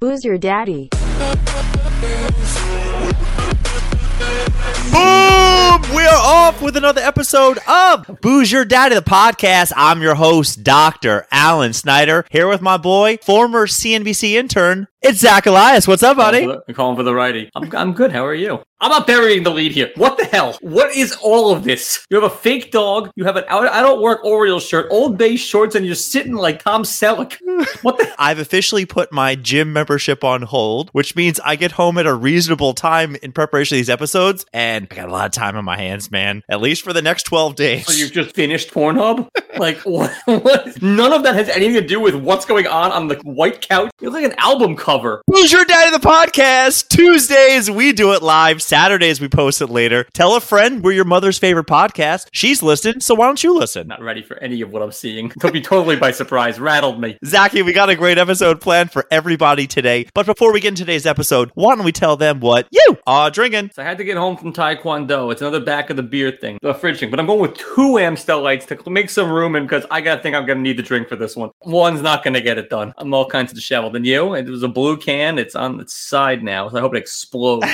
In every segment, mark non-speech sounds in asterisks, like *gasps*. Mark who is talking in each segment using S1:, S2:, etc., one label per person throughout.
S1: Who's your daddy?
S2: Boom! We're off with another episode of Booze Your Daddy, the podcast. I'm your host, Dr. Alan Snyder, here with my boy, former CNBC intern. It's Zach Elias. What's up, buddy?
S3: Calling for the- calling for the righty. I'm, I'm good. How are you? I'm not burying the lead here. What the hell? What is all of this? You have a fake dog. You have an out, I don't work Orioles shirt, old day shorts, and you're sitting like Tom Selleck. What the?
S2: I've officially put my gym membership on hold, which means I get home at a reasonable time in preparation of these episodes. And I got a lot of time on my hands, man, at least for the next 12 days.
S3: So you've just finished Pornhub? Like *laughs* what, what? None of that has anything to do with what's going on on the white couch. You look like an album cover.
S2: Who's your daddy? The podcast. Tuesdays we do it live. Saturdays we post it later. Tell a friend we're your mother's favorite podcast. She's listening, so why don't you listen?
S3: Not ready for any of what I'm seeing. Took me totally by surprise. Rattled me.
S2: Zachy, we got a great episode planned for everybody today. But before we get into today's episode, why don't we tell them what you are drinking? *laughs*
S3: So I had to get home from Taekwondo. It's another back of the beer thing, the fridge thing. But I'm going with two Amstel lights to make some room in because I gotta think I'm gonna need the drink for this one. One's not gonna get it done. I'm all kinds of disheveled. And you, it was a blue can. It's on its side now, so I hope
S2: *laughs*
S3: it explodes.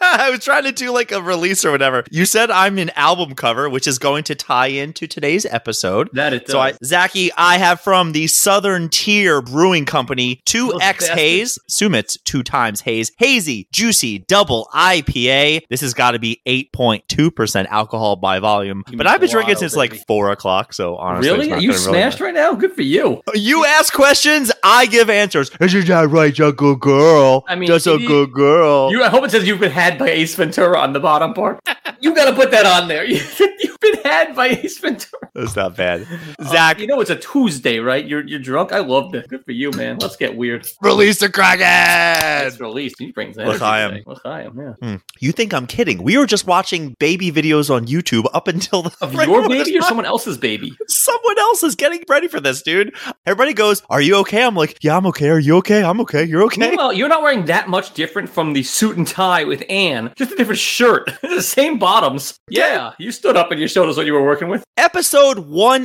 S2: I was trying to do like a release or whatever. You said I'm an album cover, which is going to tie into today's episode.
S3: that it does.
S2: So I, Zachy, I have from the Southern Tier Brewing Company, two
S3: Those
S2: X
S3: bastards.
S2: Haze, Summits two times Haze, hazy, juicy, double IPA. This has got to be eight point two percent alcohol by volume.
S3: You
S2: But I've been
S3: wild,
S2: drinking since
S3: baby.
S2: like four o'clock. So honestly, it's
S3: really? Are
S2: not
S3: you
S2: gonna really
S3: smashed right now? Good for you.
S2: matter. You ask questions, I give answers. Is your dad right? You're a good girl.
S3: I mean,
S2: just a
S3: you-
S2: good girl.
S3: You I hope it says you've been had by Ace Ventura on the bottom
S2: *laughs*
S3: part. you gotta put that on there. *laughs* you've been had by Ace Ventura.
S2: That's not bad.
S3: *laughs*
S2: Zach,
S3: Oh, you know it's a Tuesday, right? You're you're drunk. I love that. Good for you, man. Let's get weird.
S2: release the
S3: It's
S2: Kraken.
S3: released. He brings that.
S2: L'chaim.
S3: L'chaim, yeah.
S2: You think I'm kidding? We were just watching baby videos on YouTube up until the
S3: Of your baby or someone else's baby?
S2: *laughs* someone else is getting ready for this, dude. Everybody goes, "Are you okay?" I'm like, "Yeah, I'm okay. Are you okay? I'm okay. You're okay."
S3: Meanwhile, you're not wearing that much different from the suit and tie with Anne. Just a different shirt. *laughs* the same bottoms. Yeah, you stood up and you showed us what you were working with.
S2: Episode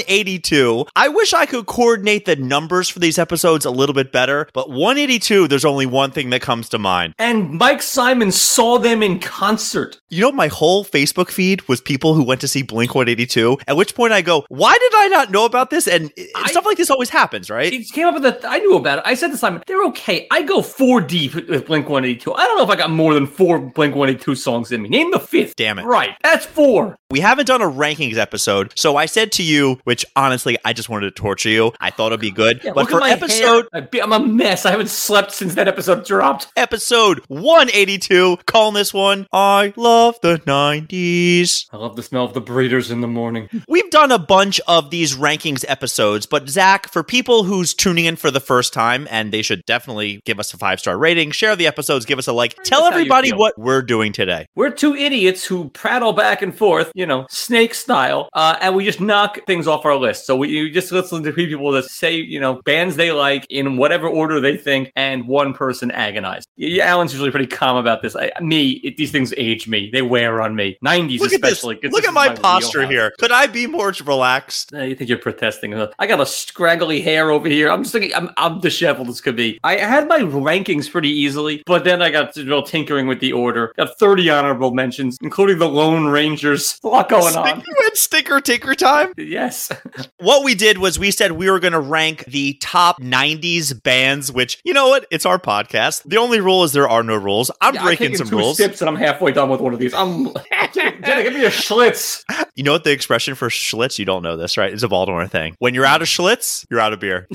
S2: 182. I wish I could coordinate the numbers for these episodes a little bit better, but 182, there's only one thing that comes to mind.
S3: And Mike Simon saw them in concert.
S2: You know, my whole Facebook feed was people who went to see Blink 182, at which point I go, why did I not know about this? And i-
S3: I-
S2: stuff like this always happens, right?
S3: It came up with a. I knew about it. I said to Simon, they're okay. I go four deep with Blink 182. I don't know if I got more than four Blink 182 songs in me. Name the fifth.
S2: Damn it.
S3: Right. That's four.
S2: We haven't done a rankings episode, so I said to you, which honestly, I just wanted to torture you. I thought it'd be good.
S3: Yeah,
S2: but
S3: look at
S2: for
S3: my
S2: episode
S3: hair. I be- I'm a mess. I haven't slept since that episode dropped.
S2: episode 182, calling this one I Love the 90s.
S3: I love the smell of the breeders in
S2: *laughs*
S3: the morning.
S2: We've done a bunch of these rankings episodes, but Zach, for people who's tuning in for the first time, and they should definitely give us a five star rating, share the episodes, give us a like, tell
S3: how you
S2: everybody
S3: feel.
S2: what we're doing today.
S3: We're two idiots who prattle back and forth, you know, snake style, uh, and we just knock things off our list. So we you just listen to people that say, you know, bands they like in whatever order they think, and one person agonize. Y- Alan's usually pretty calm about this. I, me, it, these things age me; they wear on me. Nineties,
S2: Look at this.
S3: especially. 'cause
S2: Look
S3: this
S2: at
S3: is
S2: my, posture
S3: wheelhouse.
S2: here. Could I be more relaxed?
S3: Uh, you think you're protesting? I got a scraggly hair over here. I'm just thinking, I'm, I'm disheveled as could be. I had my rankings pretty easily, but then I got to real tinkering with the order. Got 30 honorable mentions, including the Lone Rangers. A lot going on.
S2: Sticker- sticker tinker time.
S3: Yes.
S2: What we did was we said we were going to rank the top 90s bands, which, you know what? It's our podcast. The only rule is there are no rules. I'm
S3: Yeah, I've
S2: breaking
S3: taken
S2: some
S3: two
S2: rules.
S3: sips and I'm halfway done with one of these. I'm. *laughs* Jenna, give me a Schlitz. *laughs*
S2: You know what the expression for Schlitz? You don't know this, right? It's a Baltimore thing. When you're out of Schlitz, you're out of
S3: *laughs*
S2: beer.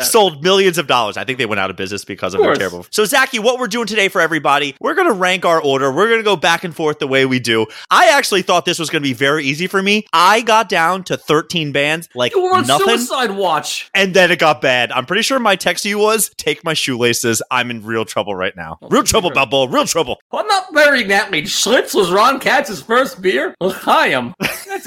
S2: Sold millions of dollars. I think they went out of business because of,
S3: Of
S2: their
S3: course.
S2: terrible. So, Zachy, what we're doing today for everybody, we're going to rank our order. We're going to go back and forth the way we do. I actually thought this was going to be very easy for me. I got down to 13 bands, like
S3: You were on
S2: nothing.
S3: suicide watch.
S2: And then it got bad. I'm pretty sure my text to you was take my shoelaces. I'm in real trouble right now.
S3: Oh, *laughs*
S2: Real trouble, Bubble. Real trouble.
S3: I'm not burying that lead. Schlitz was Ron Katz's first beer. I am. That's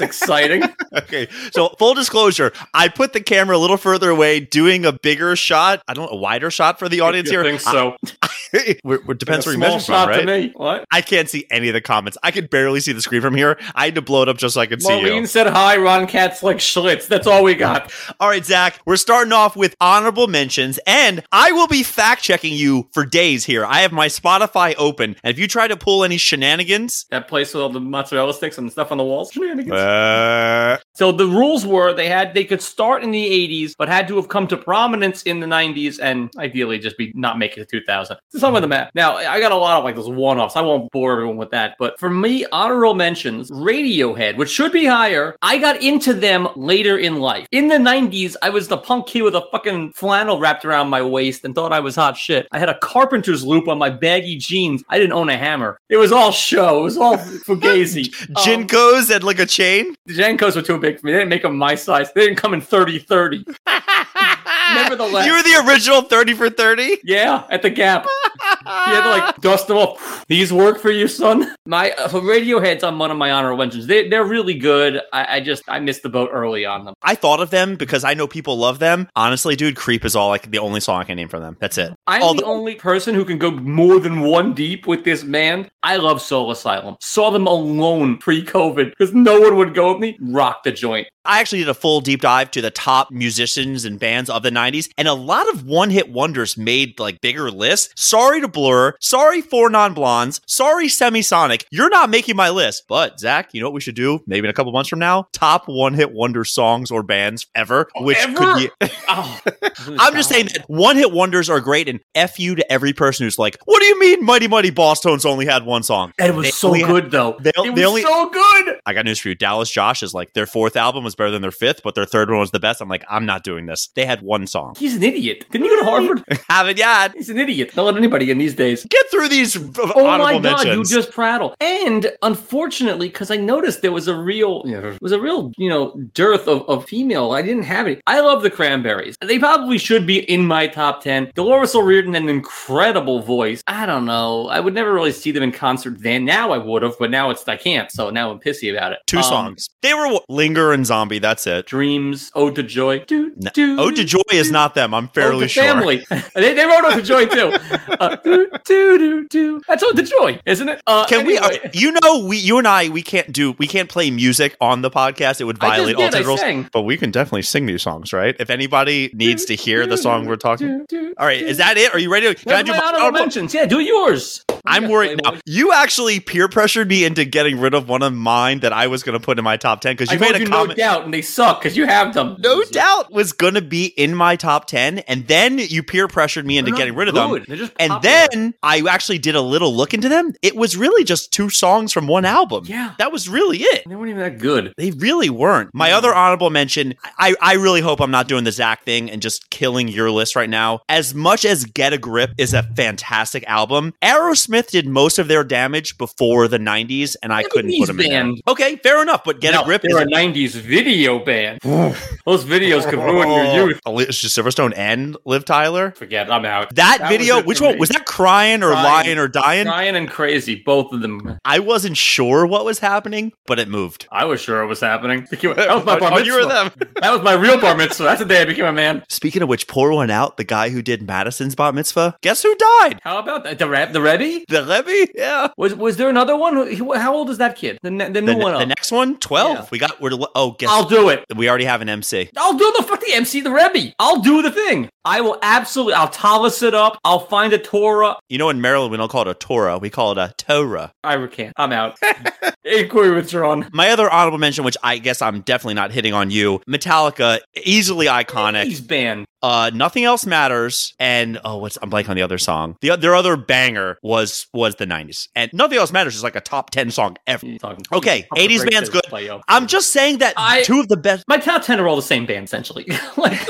S2: *laughs*
S3: exciting.
S2: Okay. So, full disclosure, I put the camera a little further away, doing a bigger shot. I don't a wider shot for the audience
S3: You
S2: here.
S3: think so?
S2: *laughs* it depends where
S3: Like
S2: you measure
S3: a small shop
S2: from, right?
S3: to me. What?
S2: I can't see any of the comments. I could barely see the screen from here. I had to blow it up just so I could see you.
S3: Marlene said hi. Ron Katz like Schlitz. That's all we got.
S2: All right, Zach, we're starting off with honorable mentions, and I will be fact checking you for days here. I have my Spotify open, and if you try to pull any shenanigans,
S3: That place with all the mozzarella sticks and stuff on the walls. Shenanigans.
S2: *laughs* uh,
S3: So the rules were they had they could start in the 80s, but had to have come to prominence in the 90s, and ideally just be not making it to 2000. Some of the math. Now I got a lot of like those one-offs. I won't bore everyone with that, but for me, honorable mentions: Radiohead, which should be higher. I got into them later in life. In the 90s, I was the punk kid with a fucking flannel wrapped around my waist and thought I was hot shit. I had a carpenter's loop on my baggy jeans. I didn't own a hammer. It was all show. It was all fugazi. Um,
S2: Jinkos and like a chain.
S3: the Jankos were too big for me. They didn't make them my size. They didn't come in 30 *laughs* 30. Nevertheless.
S2: you were the original 30 for 30.
S3: Yeah, at the gap. You had to *laughs* like dust them off. These work for you, son. My uh, Radiohead's on one of my honorable mentions. They, they're really good. I, I just, I missed the boat early on them.
S2: I thought of them because I know people love them. Honestly, dude, Creep is all like the only song I can name from them. That's it.
S3: I'm
S2: Although-
S3: the only person who can go more than one deep with this man. I love Soul Asylum. Saw them alone pre COVID because no one would go with me. Rock the joint.
S2: I actually did a full deep dive to the top musicians and bands of the 90s, and a lot of one hit wonders made like bigger lists. Sorry to Blur, sorry for Non Blondes, sorry Semisonic. You're not making my list. But Zach, you know what we should do? Maybe in a couple months from now, top one hit wonder songs or bands ever, which
S3: Ever?
S2: could be.
S3: Oh,
S2: *laughs* I'm just saying that one hit wonders are great, and F you to every person who's like, what do you mean Mighty Mighty Boss Tones only had one song?
S3: It was
S2: They
S3: so
S2: only-
S3: good, though.
S2: they-
S3: it was
S2: they only-
S3: so good.
S2: I got news for you. Dallas Josh is like, their fourth album was better than their fifth, but their third one was the best. I'm like, I'm not doing this. They had one song. *laughs*
S3: He's an idiot. Didn't he go to Harvard?
S2: Haven't yet.
S3: He's an idiot. Don't let anybody in these days.
S2: Get through these uh,
S3: Oh my
S2: honorable
S3: god,
S2: mentions.
S3: you just prattle. And unfortunately, because I noticed there was a real was a real, you know, dearth of, of female. I didn't have it. I love the cranberries. They probably should be in my top ten. Dolores O'Riordan an incredible voice. I don't know. I would never really see them in concert then. Now I would have, but now it's I can't, so now I'm pissy about it.
S2: Two
S3: Um,
S2: songs. They were Linger and Zombie. That's it.
S3: Dreams, Ode to Joy. Dude,
S2: No,
S3: dude.
S2: Ode to Joy is not them. I'm fairly
S3: Ode to
S2: sure.
S3: Oh, Family. *laughs* they, they wrote Ode to Joy too. Uh, do, do, do, do. That's Ode to Joy, isn't it? Uh,
S2: Can we?
S3: anyway.
S2: uh, you know, we, you and I, we can't do, we can't play music on the podcast. It would
S3: I just
S2: violate all
S3: did, I
S2: the rules.
S3: sang.
S2: But we can definitely sing these songs, right? If anybody needs to hear the song we're
S3: *laughs*
S2: talking.
S3: Do, do,
S2: All right,
S3: do.
S2: is that it? Are you ready? Can
S3: Where's
S2: I do
S3: my
S2: my
S3: honorable
S2: honorable-
S3: mentions? Yeah, do yours.
S2: I'm
S3: Yes,
S2: worried now.
S3: Playboy.
S2: You actually peer pressured me into getting rid of one of mine that I was going to put in my top 10 because
S3: I
S2: you
S3: made
S2: made a
S3: no
S2: comment.
S3: doubt, and they suck because you have them.
S2: No, doubt was going to be in my top 10. And then you peer pressured me into
S3: They're
S2: getting
S3: not
S2: rid of
S3: good.
S2: them.
S3: They're just
S2: And
S3: popular.
S2: then I actually did a little look into them. It was really just two songs from one album.
S3: yeah,
S2: That was really it.
S3: they weren't even that good.
S2: They really weren't. My
S3: Mm.
S2: other honorable mention, I, I really hope I'm not doing the Zach thing and just killing your list right now. As much as Get a Grip is a fantastic album, Aerosmith did most of their damage before the 90s, and I
S3: They're
S2: couldn't put
S3: these
S2: them in. there.
S3: band.
S2: Okay, fair enough, but Get
S3: no,
S2: a Grip
S3: They're
S2: is
S3: a '90s video
S2: *sighs*
S3: band. Those videos could ruin
S2: *laughs*
S3: your youth.
S2: Oh, Alicia Silverstone and Live Tyler.
S3: Forget, it, I'm out.
S2: That,
S3: That was
S2: video,
S3: it
S2: which
S3: for
S2: one
S3: me.
S2: was that? Crying or
S3: Crying.
S2: lying or dying?
S3: Ryan and Crazy, both of them.
S2: I wasn't sure what was happening, but it moved.
S3: I was sure it was happening. *laughs* That was my bar
S2: Oh, you were
S3: mitzvah.
S2: them.
S3: That was my real
S2: *laughs*
S3: bar mitzvah. That's the day I became a man.
S2: Speaking of which, pour one out. The guy who did Madison's bat mitzvah. Guess who died?
S3: How about that? The Reb, the Rebbe?
S2: The Levy? Yeah.
S3: Was was there another one? Who- who- How old is that kid? The, ne- the new
S2: The,
S3: one.
S2: the
S3: up.
S2: next one, 12.
S3: Yeah.
S2: We got, we're, oh, guess
S3: I'll do it.
S2: we already have an MC.
S3: I'll do the fuck the MC the Rebbe. I'll do the thing. I will absolutely. I'll tallis it up. I'll find a Torah.
S2: You know, in Maryland, we don't call it a Torah, we call it a Torah.
S3: I recant.
S2: *laughs*
S3: I'm out. Inquiry withdrawn.
S2: My other honorable mention, which I guess I'm definitely not hitting on you Metallica, easily iconic.
S3: He's banned.
S2: Uh, Nothing Else Matters. And, oh, what's, I'm blank on the other song. The, their other banger was was the 90s. And Nothing Else Matters is like a top 10 song ever.
S3: He's talking-
S2: Okay,
S3: I'll
S2: 80s
S3: break
S2: band's
S3: this
S2: good.
S3: play up.
S2: I'm just saying that
S3: I-
S2: two of the best.
S3: My top ten are all the same band essentially. *laughs* like.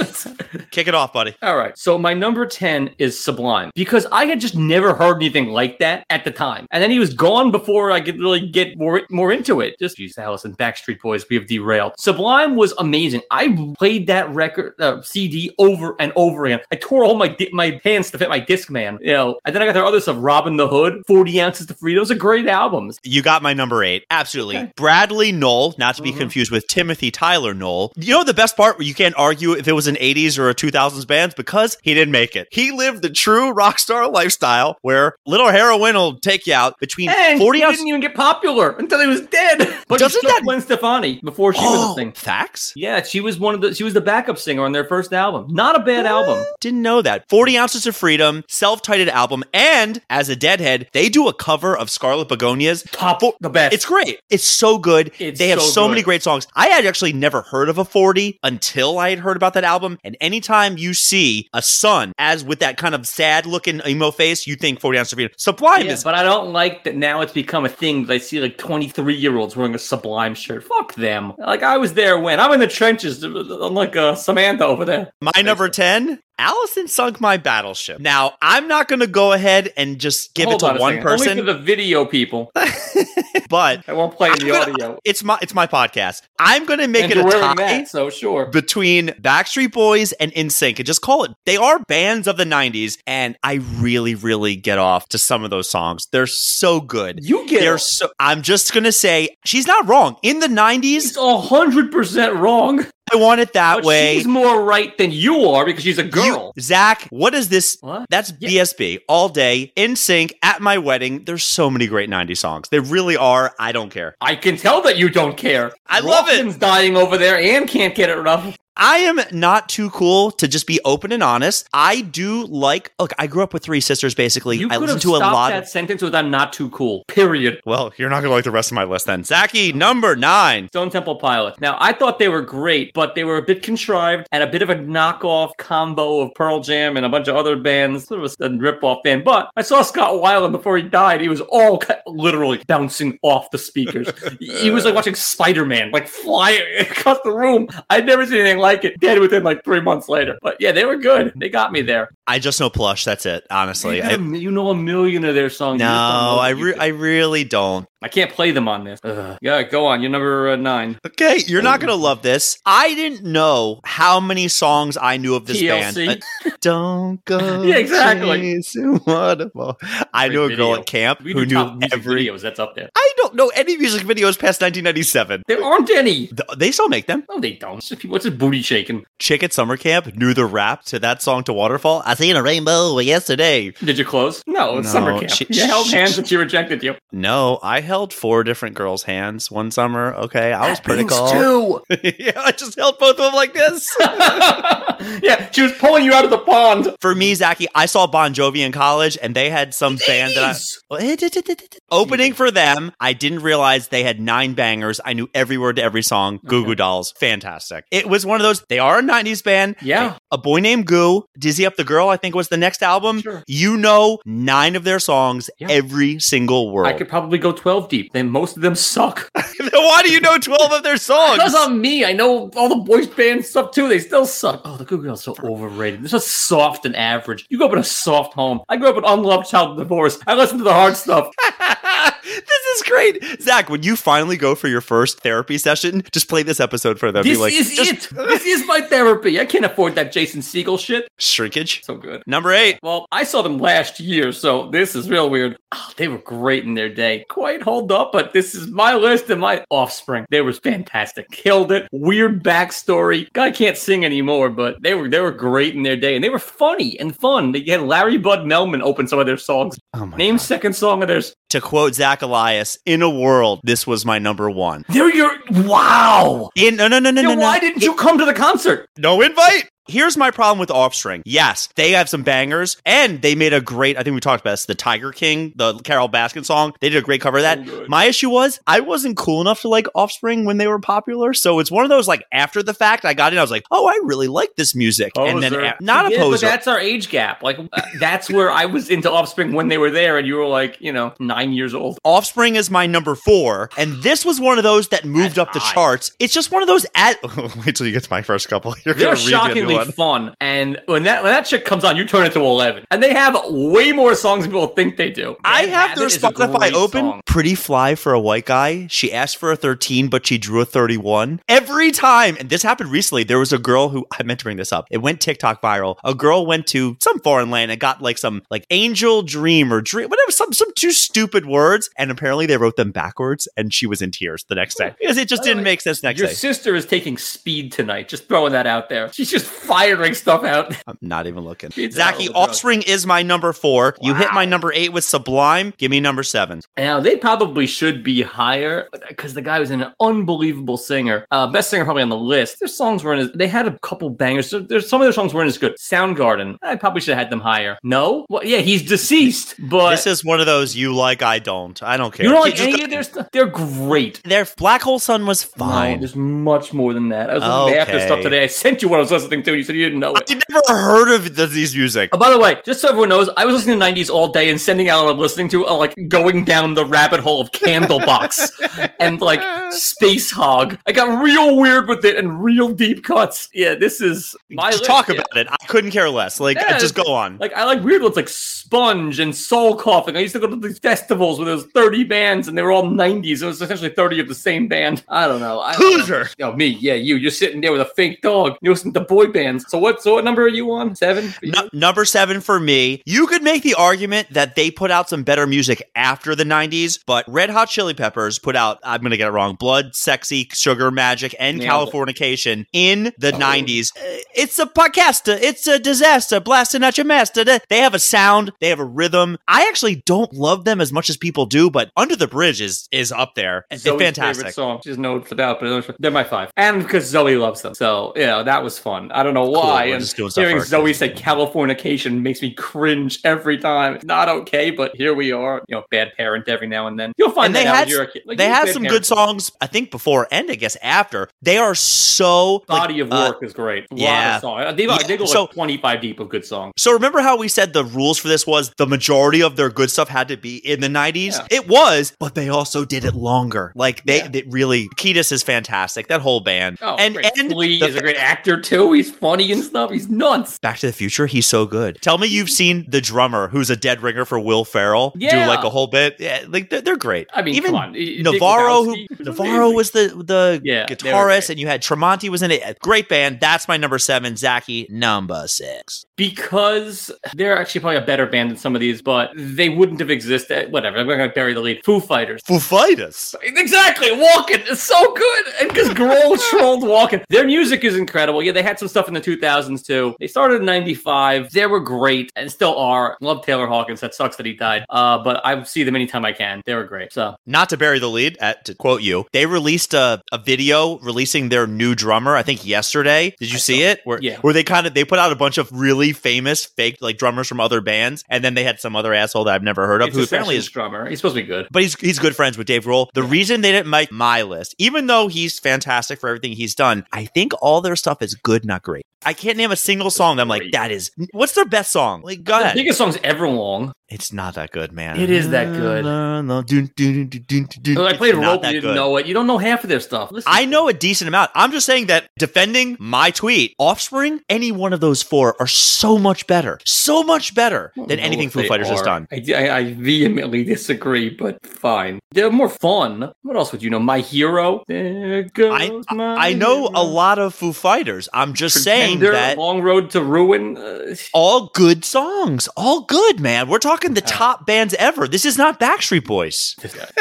S2: *laughs* Kick it off, buddy.
S3: All right. So my number 10 is Sublime because I had just never heard anything like that at the time. And then he was gone before I could really get more more into it. Just use Allison Backstreet Boys. We have derailed. Sublime was amazing. I played that record uh, CD over over and over again. I tore all my di- my pants to fit my Discman, you know. And then I got their other stuff, Robin the Hood, Forty Ounces to Freedom. Those are great albums.
S2: You got my number eight. Absolutely. Bradley Knoll, not to be
S3: Mm-hmm.
S2: confused with Timothy Tyler Knoll. You know the best part? You can't argue if it was an 80s or a 2000s band because he didn't make it. He lived the true rock star lifestyle where little heroin will take you out between
S3: And
S2: 40
S3: he
S2: ounces.
S3: didn't even get popular until he was dead. *laughs* But
S2: Doesn't
S3: he struck
S2: that- Oh,
S3: Gwen Stefani before she was a thing?
S2: *gasps* facts?
S3: Yeah, she was one of the she was the backup singer on their first album. Not a bad album.
S2: Didn't know that. 40 Ounces of Freedom, self titled album, and as a deadhead, they do a cover of Scarlet Begonias.
S3: Top the best.
S2: It's great. It's so good.
S3: It's
S2: they have so,
S3: so good.
S2: many great songs. I had actually never heard of a 40 until I had heard about that album. And anytime you see a son as with that kind of sad looking emo face, you think 40 Ounces of Freedom. Sublime
S3: Yeah,
S2: is.
S3: but I don't like that now it's become a thing that I see like 23 year olds wearing a Sublime shirt. Fuck them. Like, I was there when I'm in the trenches. I'm like uh, Samantha over there.
S2: My number 10, Allison Sunk My Battleship. Now, I'm not going to go ahead and just give
S3: Hold
S2: it
S3: on
S2: to
S3: a
S2: one
S3: second.
S2: person,
S3: Only for the
S2: *laughs*
S3: video people.
S2: but
S3: I won't play
S2: I'm
S3: the
S2: gonna-
S3: audio.
S2: it's my it's my podcast. I'm going to make
S3: and
S2: it
S3: you're
S2: a
S3: wearing
S2: tie.
S3: that, so sure.
S2: between Backstreet Boys and NSYNC and just call it. They are bands of the 90s and I really really get off to some of those songs. They're so good.
S3: You get
S2: They're
S3: it.
S2: so I'm just going to say she's not wrong. In the 90s
S3: She's hundred percent wrong.
S2: I want it that
S3: But
S2: way.
S3: she's more right than you are because she's a girl.
S2: You- Zach, what is this?
S3: What?
S2: That's
S3: Yeah.
S2: BSB all day in sync at my wedding. There's so many great 90s songs. They really are. I don't care.
S3: I can tell that you don't care.
S2: I love it.
S3: Rothman's dying over there and can't get it rough.
S2: I am not too cool to just be open and honest. I do like, look, I grew up with three sisters basically.
S3: You
S2: I
S3: could
S2: listen
S3: have
S2: to a
S3: stopped
S2: lot
S3: that
S2: of.
S3: sentence with "I'm not too cool." Period.
S2: Well, you're not going to like the rest of my list then. Zaki, number nine.
S3: Stone Temple Pilots. Now, I thought they were great, but they were a bit contrived and a bit of a knockoff combo of Pearl Jam and a bunch of other bands. Sort of a ripoff band. But I saw Scott Weiland before he died. He was all ki- literally bouncing off the speakers.
S2: *laughs*
S3: he was like watching Spider Man, like fly *laughs* across the room. I'd never seen anything like it. Dead within like three months later. But yeah, they were good. They got me there.
S2: I just know plush. That's it, honestly.
S3: you,
S2: I,
S3: know, you know a million of their songs.
S2: no,
S3: You just don't know
S2: I,
S3: what you
S2: re-
S3: do.
S2: I really don't.
S3: I can't play them on this. Ugh. Yeah, go on. You're number uh, nine.
S2: Okay, you're not gonna love this. I didn't know how many songs I knew of this
S3: TLC.
S2: band. Uh,
S3: *laughs*
S2: Don't go.
S3: Yeah, exactly.
S2: chasing waterfall. I
S3: Great
S2: knew a girl
S3: video.
S2: at camp
S3: We
S2: who
S3: do top
S2: knew
S3: music
S2: every.
S3: videos. That's up there.
S2: I don't know any music videos past 1997.
S3: There aren't any.
S2: Th- They still make them.
S3: No, they don't. It's just people. It's just booty shaking.
S2: Chick at summer camp knew the rap to that song to Waterfall. I seen a rainbow yesterday.
S3: Did you close? No, it's summer
S2: No,
S3: camp.
S2: she-
S3: you held
S2: she-
S3: hands and she rejected you.
S2: No, I held four different girls' hands one summer. Okay, I was pretty cool.
S3: too.
S2: *laughs* yeah, I just held both of them like this.
S3: *laughs* yeah, she was pulling you out of the pond.
S2: For me, Zachy, I saw Bon Jovi in college, and they had some band that I.
S3: Jeez.
S2: Well, eh, dit, dit, dit,
S3: *laughs*
S2: dit. Opening for them, I didn't realize they had nine bangers. I knew every word to every song. Goo Goo Dolls, fantastic. It was one of those. They are a '90s band.
S3: Yeah.
S2: A boy named Goo, Dizzy Up the Girl, I think was the next album.
S3: Sure.
S2: You know nine of their songs,
S3: Yeah.
S2: every single word.
S3: I could probably go 12 deep. Then most of them suck.
S2: *laughs* Why do you know twelve
S3: *laughs*
S2: of their songs?
S3: That's on me. I know all the boys band stuff too. They still suck. Oh, the Goo Goo Dolls are so overrated. They're so soft and average. You grew up in a soft home. I grew up with unloved child divorce. I listen to the hard stuff.
S2: *laughs* this is great, Zach. When you finally go for your first therapy session, just play this episode for them.
S3: This
S2: Be like,
S3: is it. This is my therapy. I can't afford that Jason Siegel shit.
S2: shrinkage.
S3: So good.
S2: Number eight.
S3: Well, I saw them last year, so this is real weird. Ah, they were great in their day. Quite hold up, but this is my list and my offspring. They were fantastic. Killed it. Weird backstory. Guy can't sing anymore, but they were they were great in their day. And they were funny and fun. They had Larry Bud Melman open some of their songs.
S2: Oh my
S3: Name second song of theirs.
S2: To quote Zach Elias, in a world, this was my number one.
S3: They're your wow.
S2: In no no no no
S3: Then
S2: no no.
S3: why didn't you come to the concert?
S2: no invite? Here's my problem with Offspring. Yes, they have some bangers, and they made a great. I think we talked about this, the Tiger King, the Carol Baskin song. They did a great cover of that.
S3: So good.
S2: my issue was I wasn't cool enough to like Offspring when they were popular, so it's one of those like after the fact. I got in, I was like, oh, I really like this music, and then
S3: Poser.
S2: a- not
S3: Yeah,
S2: a
S3: But
S2: poser.
S3: that's our age gap. Like uh, that's where I was into Offspring when they were there, and you were like, you know, nine years old.
S2: Offspring is my number four, and this was one of those that moved
S3: That's
S2: up the
S3: high.
S2: charts. It's just one of those. At *laughs* wait till you get to my first couple. You're
S3: They're
S2: gonna read me a new
S3: shockingly
S2: one.
S3: fun. And when that when that shit comes on, you turn it to eleven, and they have way more songs than people think they do.
S2: I
S3: Bad
S2: have their
S3: Habit is a
S2: Spotify
S3: great
S2: open.
S3: song.
S2: Pretty fly for a white guy. She asked for a 13, but she drew a 31. Every time, and this happened recently, there was a girl who I meant to bring this up. It went TikTok viral. A girl went to some foreign land and got like some like angel dream or dream, whatever, some some two stupid words, and apparently they wrote them backwards, and she was in tears the next day because it just
S3: By the
S2: didn't
S3: way,
S2: make sense next
S3: Your
S2: day.
S3: sister is taking speed tonight. Just throwing that out there. She's just firing stuff out. *laughs*
S2: I'm not even looking.
S3: She's out
S2: Zachy,
S3: of the drugs.
S2: offspring is my number four. You hit my number eight with Sublime. Give me number seven.
S3: Now they probably should be higher because the guy was an unbelievable singer, uh, best singer probably on the list. Their songs weren't as they had a couple bangers. There- There's some of their songs weren't as good. Soundgarden, I probably should have had them higher. No, well, yeah, he's deceased, but
S2: this is one of those you like, I don't. I don't care.
S3: you don't
S2: You
S3: like
S2: just
S3: any
S2: got-
S3: of their stuff. They're great.
S2: Their Black Hole Sun was
S3: No,
S2: fine.
S3: there's much more than that. I was listening to after stuff
S2: Okay.
S3: today. I sent you what I was listening to. and You said you didn't know it.
S2: I never heard of th- these music.
S3: Oh, by the way, just so everyone knows, I was listening to 90s all day and sending out what I'm listening to, uh, like going down the rabbit hole
S2: *laughs*
S3: of Candlebox and like Space Hog. I got real weird with it and real deep cuts. Yeah, this is my
S2: Just
S3: list,
S2: talk
S3: yeah.
S2: about it. I couldn't care less. Like,
S3: Yeah,
S2: just
S3: it's-
S2: go on.
S3: Like I like weird ones like Sponge and Soul Coughing. I used to go to these festivals where there was 30 bands and they were all 90s. It was essentially 30 of the same band. I don't know. I,
S2: Loser.
S3: No, me. Yeah, you. You're sitting there with a fake dog. You listen to boy bands. So what? So what number are you on? Seven. For you?
S2: Nu- number seven for me. You could make the argument that they put out some better music after the 90s, but Red Hot Chili Peppers put out, I'm going to get it wrong, Blood, Sexy, Sugar Magic, and
S3: Nailed it. Oh.
S2: Californication in the 90s. Uh, It's a podcast. It's a disaster. Blasting at your master. Da- They have a sound, they have a rhythm. I actually don't love them as much as people do, but Under the Bridge is, is up there. It's
S3: Zoe's favorite
S2: eh, fantastic.
S3: song. She's known for that, but they're my five. And because Zoe loves them, so you know that was fun. I don't know why.
S2: we're
S3: and
S2: just doing stuff
S3: hearing
S2: for our
S3: Zoe
S2: kids.
S3: say "Californication" makes me cringe every time. It's not okay, but here we are. You know, bad parent every now and then. You'll find
S2: And
S3: that
S2: they
S3: out
S2: had
S3: when you're a kid. Like,
S2: they
S3: you
S2: have
S3: bad
S2: some
S3: parent.
S2: good songs, I think, before and I guess after. They are so like,
S3: Body of
S2: uh,
S3: work is great. A lot
S2: yeah.
S3: of songs. They, they
S2: Yeah,
S3: go
S2: so-
S3: like 25 deep of good songs.
S2: So remember how we said the rules for this was the majority of their good stuff had to be in the 90s?
S3: Yeah.
S2: It was, but they also did it longer. Like they,
S3: Yeah.
S2: they really Ketis is fantastic. That whole band.
S3: Oh,
S2: and
S3: great.
S2: and
S3: Flea
S2: the
S3: is a great actor too. He's funny and stuff. He's nuts.
S2: Back to the Future, he's so good. Tell me you've seen the drummer who's a dead ringer for Will Ferrell
S3: Yeah.
S2: do like a whole bit. Yeah, like they're, they're great.
S3: I mean,
S2: even
S3: come on. Dick
S2: Navarro, who
S3: Lebowski
S2: *laughs*
S3: was
S2: Navarro
S3: amazing.
S2: was the the
S3: Yeah, they were
S2: guitarist,
S3: great.
S2: and you had Tremonti was in it. Great band. That's my number seven. Zachy number six.
S3: because they're actually probably a better band than some of these, but they wouldn't have existed. Whatever, I'm not going to bury the lead. Foo Fighters.
S2: Foo Fighters.
S3: Exactly, Walking is so good, and because
S2: *laughs*
S3: Grohl trolled Walking, their music is incredible. Yeah, they had some stuff in the 2000s too. They started in '95. They were great and still are. Love Taylor Hawkins. That sucks that he died. Uh, but I see them anytime I can. They were great. So
S2: not to bury the lead, at, to quote you, they released a, a video releasing their new drummer. I think yesterday. Did you see it? Where,
S3: yeah.
S2: where they kind of they put out a bunch of really famous fake like drummers from other bands, and then they had some other asshole that I've never heard of
S3: it's
S2: who
S3: a
S2: apparently
S3: sessions
S2: is.
S3: drummer. He's supposed to be good.
S2: But he's he's good friends with Dave Grohl. The reason they didn't make my list, even though he's fantastic for everything he's done, I think all their stuff is good, not great. I can't name a single song that I'm like,
S3: Great.
S2: that is. What's their best song? Like, go
S3: The
S2: ahead.
S3: biggest
S2: *laughs*
S3: song's Everlong.
S2: It's not that good, man.
S3: It is that good. I played
S2: It's not
S3: Rope.
S2: that
S3: You didn't
S2: good.
S3: know it. You don't know half of their stuff. Listen
S2: I know a decent amount. I'm just saying that defending my tweet, Offspring, any one of those four are so much better, so much better
S3: I don't
S2: than
S3: know
S2: anything
S3: if
S2: Foo
S3: they
S2: Fighters has
S3: are.
S2: done.
S3: I, I, I vehemently disagree, but fine. They're more fun. What else would you know? My hero. There goes
S2: I,
S3: my
S2: I know
S3: hero.
S2: a lot of Foo Fighters. I'm just saying
S3: Pretender,
S2: that
S3: long road to ruin. Uh, *laughs*
S2: all good songs, all good, man. We're talking the top bands ever. This is not Backstreet Boys.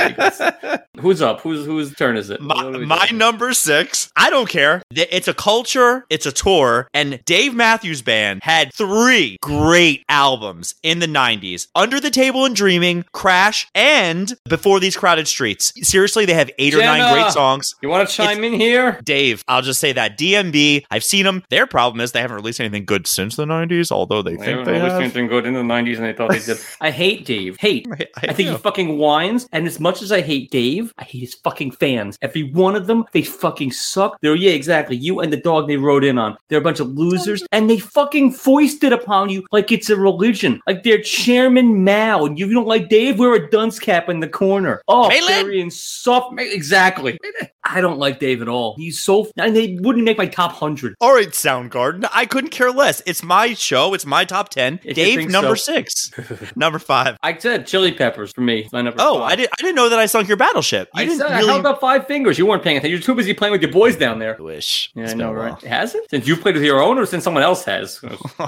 S2: *laughs*
S3: who's up? Who's whose turn is it?
S2: My,
S3: What are we
S2: my
S3: doing?
S2: number six. I don't care. Th- It's a culture. It's a tour. And Dave Matthews Band had three great albums in the '90s: Under the Table and Dreaming, Crash, and Before These Crowded Streets. Seriously, they have eight or nine
S3: Jenna!
S2: great songs.
S3: You want to chime in here?
S2: Dave, I'll just say that DMB. I've seen them. Their problem is they haven't released anything good since the '90s, although they think they have.
S3: anything good in the '90s, and they
S2: *laughs*
S3: thought they did. I hate Dave. Hate.
S2: I,
S3: I think he fucking whines. And as much as I hate Dave, I hate his fucking fans. Every one of them, they fucking suck. They're, yeah, exactly. You and the dog they rode in on. They're a bunch of losers. And they fucking foist it upon you like it's a religion. Like they're Chairman Mao. And you don't like Dave, wear a dunce cap in the corner. Oh,
S2: Malin!
S3: very insoft. Exactly. I don't like Dave at all. He's so, and they wouldn't make my top 100.
S2: All right, Soundgarden. I couldn't care less. It's my show. It's my top ten.
S3: If you
S2: Dave,
S3: think
S2: number
S3: so. *laughs*
S2: six, number five.
S3: I said Chili Peppers for me. My number
S2: Oh,
S3: five.
S2: I did. I didn't know that I sunk your battleship. You
S3: I
S2: didn't
S3: said I
S2: really
S3: held up five fingers. You weren't paying attention. You're too busy playing with your boys down there.
S2: *laughs* wish.
S3: Yeah,
S2: It's
S3: I
S2: been
S3: know,
S2: a
S3: right?
S2: while.
S3: Has it? Since you played with your own, or since someone else
S2: *laughs*
S3: has?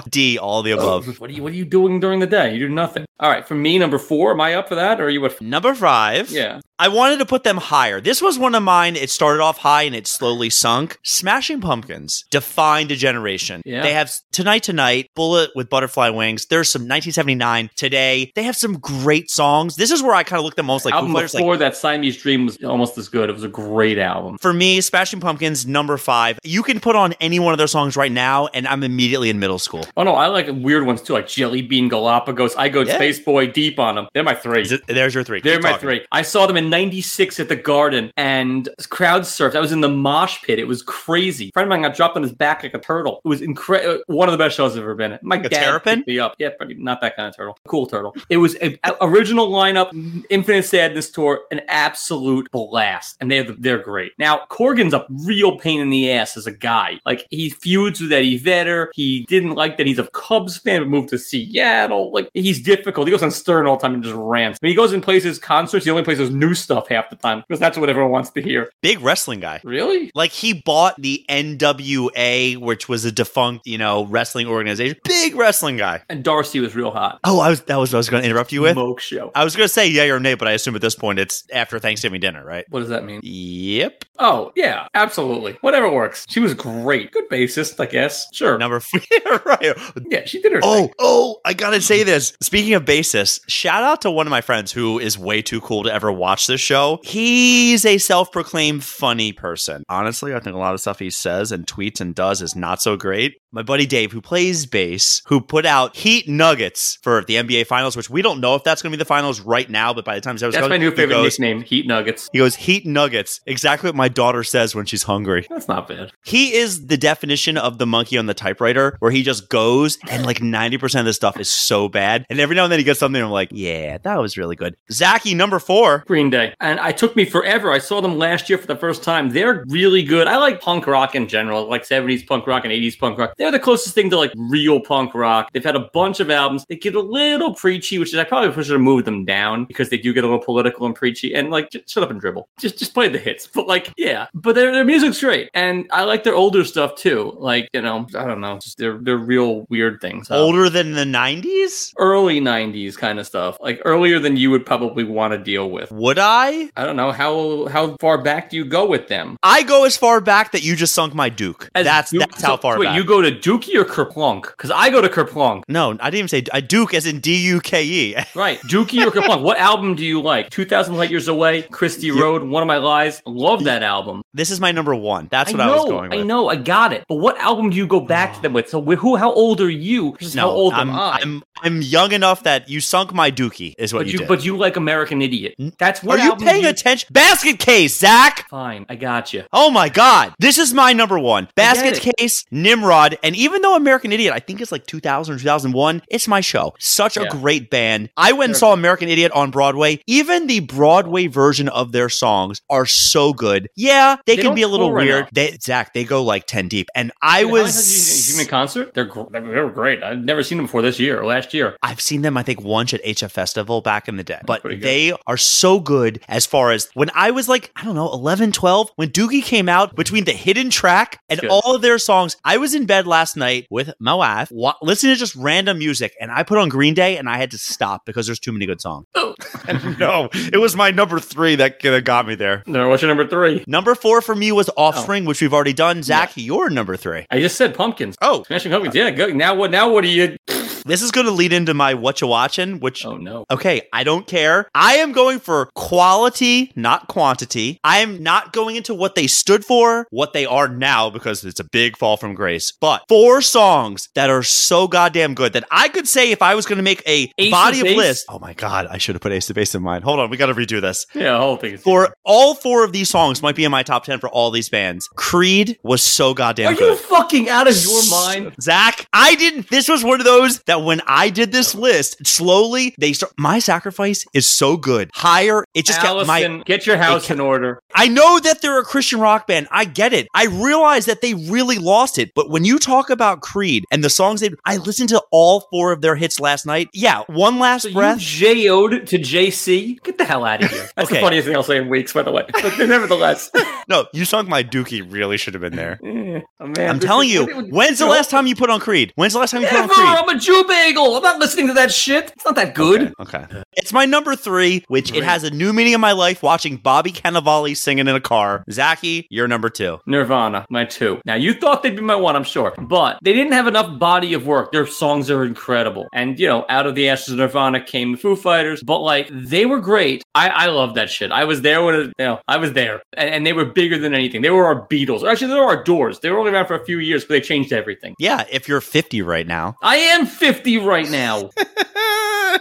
S2: D, all
S3: Oh.
S2: the above.
S3: what are you What are you doing during the day? You do nothing. All right, for me, number four. Am I up for that, or are you at?
S2: Number five.
S3: Yeah,
S2: I wanted to put them higher. This was one of mine. It started off high and it slowly sunk. Smashing Pumpkins defined a generation.
S3: Yeah.
S2: They have Tonight Tonight, Bullet with Butterfly Wings. There's some 1979 today. They have some great songs. This is where I kind of look the most like Foo
S3: album
S2: Fighters, like
S3: before that Siamese Dream was almost as good. It was a great album.
S2: for me, Smashing Pumpkins, number five. You can put on any one of their songs right now, and I'm immediately in middle school.
S3: Oh no, I like weird ones too, like Jelly Bean Galapagos. I go
S2: Yeah.
S3: Space Boy deep on them. They're my three.
S2: Is it- There's your three.
S3: They're
S2: Keep
S3: my
S2: talking.
S3: three. I saw them in '96 at the Garden and crowd surfed. I was in the mosh pit. It was crazy. A friend of mine got dropped on his back like a turtle. It was incredible. One of the best shows I've ever been at. My
S2: Like a
S3: dad
S2: terrapin?
S3: picked me up. Yeah, but not that kind of turtle. Cool turtle. It was a, a- original lineup, Infinite Sadness tour, an absolute blast, and they're the, they're great. Now Corgan's a real pain in the ass as a guy. Like he feuds with Eddie Vedder. He didn't like that he's a Cubs fan, but moved to Seattle. Like he's difficult. He goes on Stern all the time and just rants. When he goes and plays his concerts, he only plays his new stuff half the time because that's what everyone wants to hear.
S2: Big wrestling guy.
S3: Really?
S2: Like he bought the NWA, which was a defunct, you know, wrestling organization. Big wrestling guy.
S3: And Darcy was real hot.
S2: Oh, I was that was what I was going to interrupt you with.
S3: Moke show.
S2: I was going to say yay or nay, but I assume at this point it's after Thanksgiving dinner, right?
S3: What does that mean?
S2: Yep.
S3: Oh, yeah, absolutely. Whatever works. She was great. Good bassist, I guess. Sure.
S2: Number *laughs* four. Yeah, right.
S3: Yeah, she did her
S2: Oh,
S3: *laughs* thing.
S2: oh, I gotta say this. Speaking of bassists, shout out to one of my friends who is way too cool to ever watch this show. He's a self proclaimed funny person. Honestly, I think a lot of stuff he says and tweets and does is not so great. My buddy Dave, who plays bass, who put out Heat Nuggets for the NBA Finals, which we don't know if that's gonna be the finals right now, but by the time this
S3: That's
S2: episode-
S3: my new
S2: he
S3: favorite
S2: goes-
S3: nickname, Heat Nuggets.
S2: He goes, Heat Nuggets. Exactly what my daughter says when she's hungry.
S3: That's not bad.
S2: He is the definition of the monkey on the typewriter, where he just goes and like 90% of the stuff is so bad. And every now and then he gets something, and I'm like, yeah, that was really good. Zachy, number four.
S3: Green Day. And I took me forever. I saw them last year for the first time. They're really good. I like punk rock in general, like 70s punk rock and 80s punk rock. They're the closest thing to like real punk rock. They've had a bunch of albums. They get a little preachy, which is I probably should have moved them down because they do get a little political and preachy. And like, just shut up and dribble. Just just play the hits. But like, yeah. But their, their music's great. And I like their older stuff too. Like, you know, I don't know. Just they're, they're real weird things. Um,
S2: Older than the 90s?
S3: early 90s kind of stuff like earlier than you would probably want to deal with
S2: Would I?
S3: i don't know how how far back do you go with them
S2: I go as far back that you just sunk my Duke.
S3: As
S2: that's
S3: Duke-
S2: that's how
S3: so-
S2: far
S3: wait,
S2: back.
S3: you go to Dookie or Kerplunk? Because I go to Kerplunk.
S2: no, I didn't even say I Duke as in D U K E. *laughs*
S3: Right. Dookie or Kerplunk. What album do you like? 2000 Light Years Away, Christie Road, One of My Lies. Love that album.
S2: This is my number one. That's what
S3: I
S2: I,
S3: know,
S2: was going with.
S3: I know, I got it. But what album do you go back to them with? So wh- who? how old are you? versus
S2: No,
S3: how old
S2: I'm,
S3: am I?
S2: I'm I'm young enough that you sunk my Dookie is what
S3: but
S2: you,
S3: you,
S2: did.
S3: but you like American Idiot. That's what
S2: Are you
S3: album
S2: paying
S3: do
S2: attention? Basket case, Zach.
S3: Fine, I got you.
S2: Oh my God. This is my number one.
S3: I get
S2: Basket Case, Nimrod. And even though American Idiot, I think it's like 2000 or 2001, it's my show. Such a
S3: Yeah.
S2: great band. I went and
S3: Sure.
S2: saw American Idiot on Broadway. Even the Broadway version of their songs are so good. Yeah, they,
S3: They
S2: can
S3: don't
S2: be a little
S3: tour right
S2: weird.
S3: now.
S2: They, Zach, they go like 10 deep. And I
S3: Dude, how many times have you- you been
S2: was.
S3: to concert? They're gr- they were great. I've never seen them before this year or last year.
S2: I've seen them, I think, once at HF Festival back in the day. But
S3: pretty good.
S2: they are so good as far as when I was like, I don't know, 11, 12, when Doogie came out between the hidden track and
S3: Good.
S2: all of their songs. I was in bed last night with my wife, wa- listening to just random music, and I put on Green Day and I had to stop because there's too many good songs.
S3: Oh.
S2: And *laughs* no, it was my number three that, that got me there.
S3: No, what's your number three?
S2: Number four for me was
S3: Oh.
S2: Offspring, which we've already done. Zach, your number three.
S3: I just said pumpkins.
S2: Oh,
S3: Smashing pumpkins. Yeah, go. Now what? Now what are you?
S2: this is going to lead into my what you watching, which
S3: Oh no.
S2: Okay, I don't care. I am going for quality, not quantity. I am not going into what they stood for, what they are now, because it's a big fall from grace. But four songs that are so goddamn good that I could say if I was going to make a
S3: Ace
S2: body
S3: of
S2: of
S3: Base?
S2: list. Oh my God, I should have put Ace of Base in mine. Hold on, we got to redo this.
S3: Yeah, the whole thing. Is
S2: For all four of these songs, might be in my top 10 for all these bands. Creed was so goddamn
S3: Are
S2: good. *laughs*
S3: you fucking out of your mind?
S2: Zach, I didn't. This was one of those that when I did this list, slowly they start. My sacrifice is so good. Higher, it just got my
S3: Allison, get your house in order.
S2: I know that they're a Christian rock band. I get it. I realize that they really lost it. But when you talk about Creed and the songs they, I listened to all four of their hits last night. Yeah, one last
S3: So you
S2: breath.
S3: J.O.'d to J.C. Get the hell out of here. That's
S2: Okay.
S3: the funniest thing I'll say in weeks, by the way. But
S2: *laughs*
S3: nevertheless,
S2: no, you sung my Dookie. Really should have been
S3: *laughs*
S2: there.
S3: Eh, oh, man,
S2: I'm
S3: this *laughs*
S2: telling
S3: is-
S2: you.
S3: what-
S2: When's the last time you put on Creed? When's the last time you put on
S3: Ever!
S2: Creed?
S3: I'm a Jew bagel. I'm not listening to that shit. It's not that good.
S2: Okay. It's my number three, which it
S3: Great.
S2: has a new meaning in my life watching Bobby Cannavale singing in a car. Zachy, you're number two.
S3: Nirvana, my two. Now you thought they'd be my one, I'm sure, but they didn't have enough body of work. Their songs are incredible, and you know, out of the ashes of Nirvana came the Foo Fighters, but like they were great. I I love that shit. I was there when it, you know I was there, and, and they were bigger than anything. They were our Beatles, or actually they were our Doors. They were only around for a few years, but they changed everything.
S2: Yeah, if you're 50 right now. *laughs*
S3: I am 50 right now.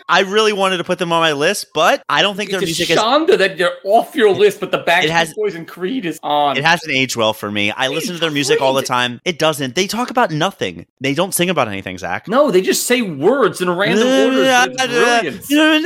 S2: I really wanted to put them on my list, but I don't think their
S3: it's a
S2: music is.
S3: Shonda that you're off your list, but the Backstreet
S2: has-
S3: Boys and Creed is on.
S2: It hasn't aged well for me. I listen to their music all the
S3: Creed.
S2: time. It doesn't. They talk about nothing. They don't sing about anything, Zach.
S3: no, they just say words
S2: *laughs*
S3: in random order. It's brilliant.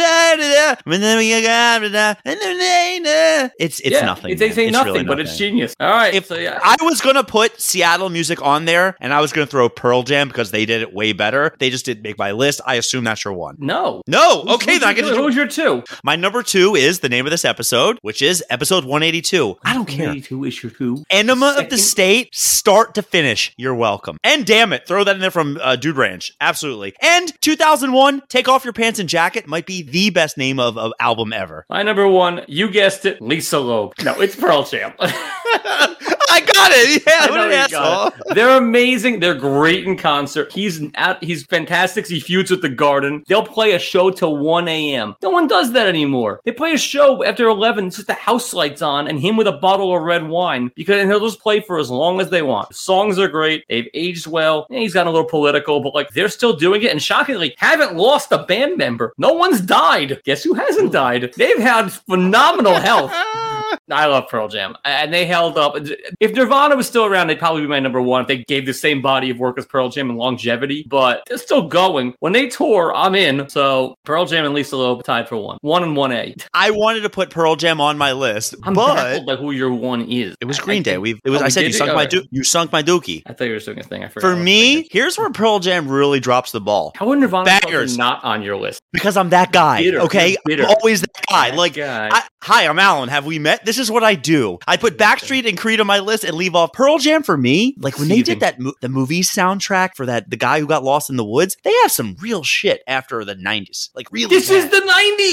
S2: It's it's nothing.
S3: They say
S2: man.
S3: nothing,
S2: really
S3: but it's genius. All right.
S2: If
S3: so, yeah.
S2: I was gonna put Seattle music on there, and I was gonna throw Pearl Jam because they did it way better. They just didn't make my list. I assume that's your one.
S3: no.
S2: No,
S3: Who's-
S2: okay,
S3: who's
S2: then I
S3: your-
S2: get to do-
S3: *laughs* Who's your two?
S2: my number two is the name of this episode, which is episode one eighty two. I don't care.
S3: Who is your two?
S2: Enema of the
S3: Second.
S2: state, start to finish. You're welcome. And damn it, throw that in there from uh, Dude Ranch. Absolutely. And 2001, take off your pants and jacket might be the best name of, of album
S3: *laughs*
S2: ever. *laughs*
S3: My number one, you guessed it, Lisa Loeb. No, it's Pearl Jam. *laughs*
S2: I got it. Yeah,
S3: I
S2: what
S3: know
S2: an
S3: you got
S2: asshole.
S3: it. They're amazing. They're great in concert. He's out. He's fantastic. He feuds with the Garden. They'll play a show till 1 a.m. No one does that anymore. They play a show after 11. It's just the house lights on and him with a bottle of red wine because and they'll just play for as long as they want. Songs are great. They've aged well. Yeah, he's gotten a little political, but like they're still doing it. And shockingly, haven't lost a band member. No one's died. Guess who hasn't died? They've had phenomenal health. *laughs* I love Pearl Jam, and they held up. If Nirvana was still around, they'd probably be my number one. If they gave the same body of work as Pearl Jam and longevity, but they're still going. When they tour, I'm in. So Pearl Jam and Lisa Loeb tied for one, one and one A. *laughs*
S2: I wanted to put Pearl Jam on my list,
S3: I'm
S2: but
S3: baffled by who your one is.
S2: it was
S3: I- I
S2: Green Day.
S3: think-
S2: We it was
S3: Oh,
S2: I
S3: we
S2: said
S3: did
S2: you
S3: it?
S2: sunk my
S3: Alright.
S2: du- you sunk my dookie.
S3: I thought you were doing a thing. I forgot.
S2: For
S3: what I was
S2: me,
S3: thinking.
S2: here's where Pearl Jam really drops the ball
S3: how would Nirvana probably
S2: Bangers.
S3: not on your list?
S2: because I'm that guy.
S3: Bitter.
S2: okay,
S3: You're bitter.
S2: I'm always that guy.
S3: That
S2: like
S3: guy.
S2: I, hi, I'm Alan. Have we met? This is what I do. I put Backstreet and Creed on my list and leave off Pearl Jam for me. Like when they did
S3: Seething.
S2: that mo- the movie soundtrack for that the guy who got lost in the woods, they have some real shit after the 90s. Like really.
S3: this is
S2: bad.
S3: the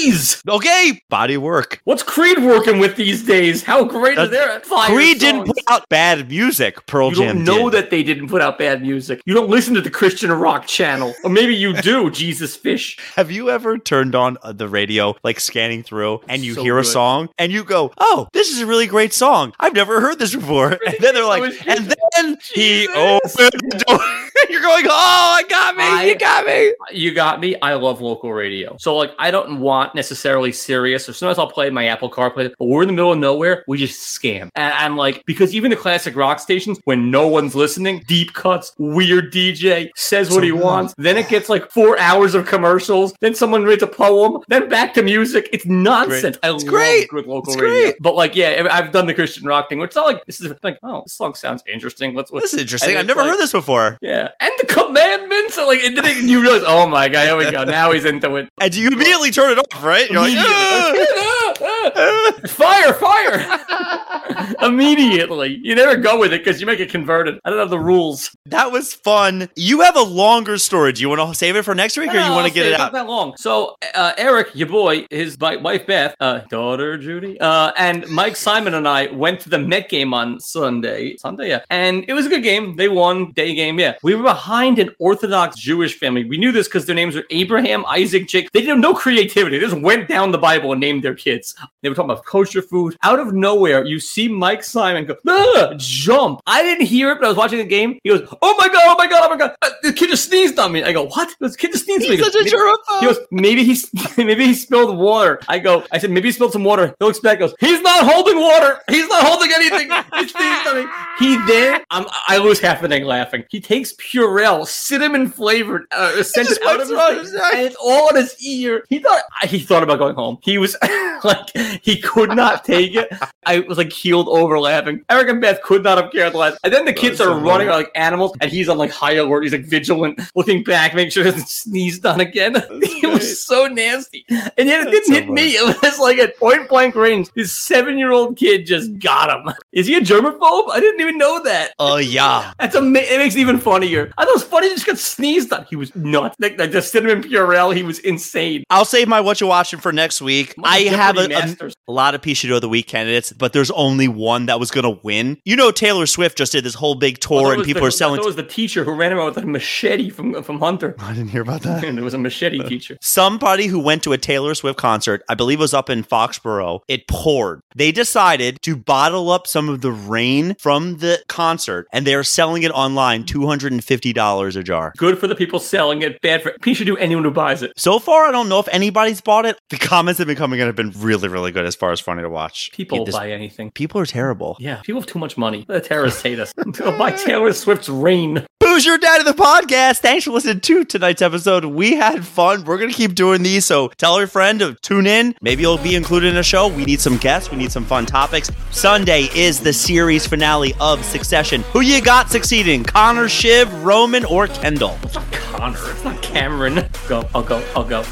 S3: '90s.
S2: Okay, body of work.
S3: What's Creed working with these days? How great are
S2: That's-
S3: their fire
S2: Creed didn't
S3: songs?
S2: put out bad music. Pearl
S3: You
S2: Jam
S3: don't know
S2: did.
S3: that they didn't put out bad music. You don't listen to the Christian rock channel, or maybe you do. *laughs* Jesus fish.
S2: Have you ever turned on uh, the radio, like scanning through, and you
S3: So
S2: hear a
S3: good.
S2: song and you go, "Oh, this is a really great song. I've never heard this
S3: *laughs*
S2: before." And then they're like,
S3: So it's
S2: and then he
S3: Jesus.
S2: opened the door. *laughs* You're going, "Oh, I got me!
S3: I-
S2: you got me!"
S3: *laughs* You got me. I love local radio. So like, I don't want necessarily serious. Or sometimes I'll play my Apple CarPlay, but we're in the middle of nowhere. We just scam. And I'm like, because even the classic rock stations, when no one's listening, deep cuts, weird DJ says what he
S2: good.
S3: wants. Then it gets like four hours of commercials. Then someone reads a poem. Then back to music. It's nonsense. I love
S2: great.
S3: good local
S2: It's
S3: radio.
S2: great.
S3: But like, yeah, I've done the Christian rock thing, which is not like this is like, oh, this song sounds interesting. Let's
S2: This is interesting.
S3: And
S2: I've
S3: it's
S2: never
S3: like-
S2: heard this before.
S3: yeah, and the commandments are like, and then you realize, oh my god, here we go. Now he's into it.
S2: And you immediately turn it off, right? You're like,
S3: Immediately. Ah, ah,
S2: "Ah, ah."
S3: *laughs* fire, *laughs* fire! Immediately, you never go with it because you make it converted. I don't know the rules.
S2: *laughs* "That was fun." You have a longer story. Do you want to save it for next week, or you want to get it
S3: It's not
S2: out?
S3: that long? So uh, Eric, your boy, his bi- wife Beth, uh, daughter Judy, uh, and Mike Simon and I went to the Met game on Sunday. Sunday, yeah, and it was a good game. They won, day game, yeah. We were behind an Orthodox Jewish family. We knew this because their names were Abraham, Isaac, Jacob. They didn't have no creativity. They just went down the Bible and named their kids. hits. They were talking about kosher food. Out of nowhere, you see Mike Simon go, "Ah!" jump. I didn't hear it, but I was watching the game. He goes, oh my God, oh my God, oh my God. Uh, The kid just sneezed on me. I go, what? This kid just sneezed on me.
S2: He's
S3: He goes,
S2: such a
S3: "Maybe-" He
S2: germaphobe.
S3: goes, maybe he *laughs* maybe he spilled water. I go, I said, maybe he spilled some water. He looks back, goes, he's not holding water. He's not holding anything. He sneezed on me. He then, I'm, I lose half the thing laughing. He takes Purell, cinnamon flavored, uh, scented
S2: just
S3: out of
S2: wipes it on his
S3: his face,
S2: eye.
S3: and it's all on his ear. He thought he thought about going home. He was *laughs* like, he could not take it. I was like keeled over laughing. Eric and Beth could not have cared less. And then the kids
S2: That's
S3: are
S2: so
S3: running like animals, and he's on like high alert. He's like vigilant, looking back, making sure he doesn't sneeze done again. *laughs* it
S2: great.
S3: was so nasty. And yet
S2: That's
S3: it didn't
S2: so
S3: hit me. *laughs* It was like at point blank range. This seven year old kid just got him. Is he a germaphobe? I didn't even know that.
S2: Oh yeah.
S3: That's ama- It makes it even funnier. I thought it was funny. He just got sneezed on. He was nuts. Like, like the cinnamon Purell, he was insane.
S2: I'll save my what you're watching for next week.
S3: Mike
S2: I have a,
S3: Jeopardy
S2: a
S3: Masters.
S2: a lot of Pishido of the Week candidates, but there's only one that was going to win. You know, Taylor Swift just did this whole big
S3: I
S2: tour,
S3: thought it
S2: and
S3: Oh, was
S2: people
S3: the,
S2: are selling.
S3: I thought it was the teacher who ran around with a machete from from Hunter.
S2: I didn't hear about
S3: And *laughs* there was a machete
S2: *laughs*
S3: teacher.
S2: Somebody who went to a Taylor Swift concert, I believe it was up in Foxborough, it poured. They decided to bottle up some of the rain from the concert and they are selling it online $250 a jar.
S3: Good for the people selling it. Bad for He should do anyone who buys it.
S2: So far, I don't know if anybody's bought it. The comments that have been coming in have been really, really good as far as funny to watch.
S3: People
S2: Eat this-
S3: buy anything.
S2: people are terrible.
S3: Yeah, people have too much money. The terrorists
S2: *laughs*
S3: hate us. By Taylor Swift's reign.
S2: Booze your dad of the podcast. Thanks for listening to tonight's episode. We had fun. We're gonna keep doing these, so tell your friend to tune in. Maybe you'll be included in a show. We need some guests. We need some fun topics. Sunday is the series finale of Succession. Who you got succeeding? Connor, Shiv, Roman, or Kendall?
S3: It's not Connor. It's not Cameron. Go. I'll go. I'll go. Um,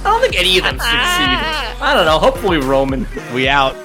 S3: I don't think any of them succeed. I don't know. Hopefully Roman.
S2: We out.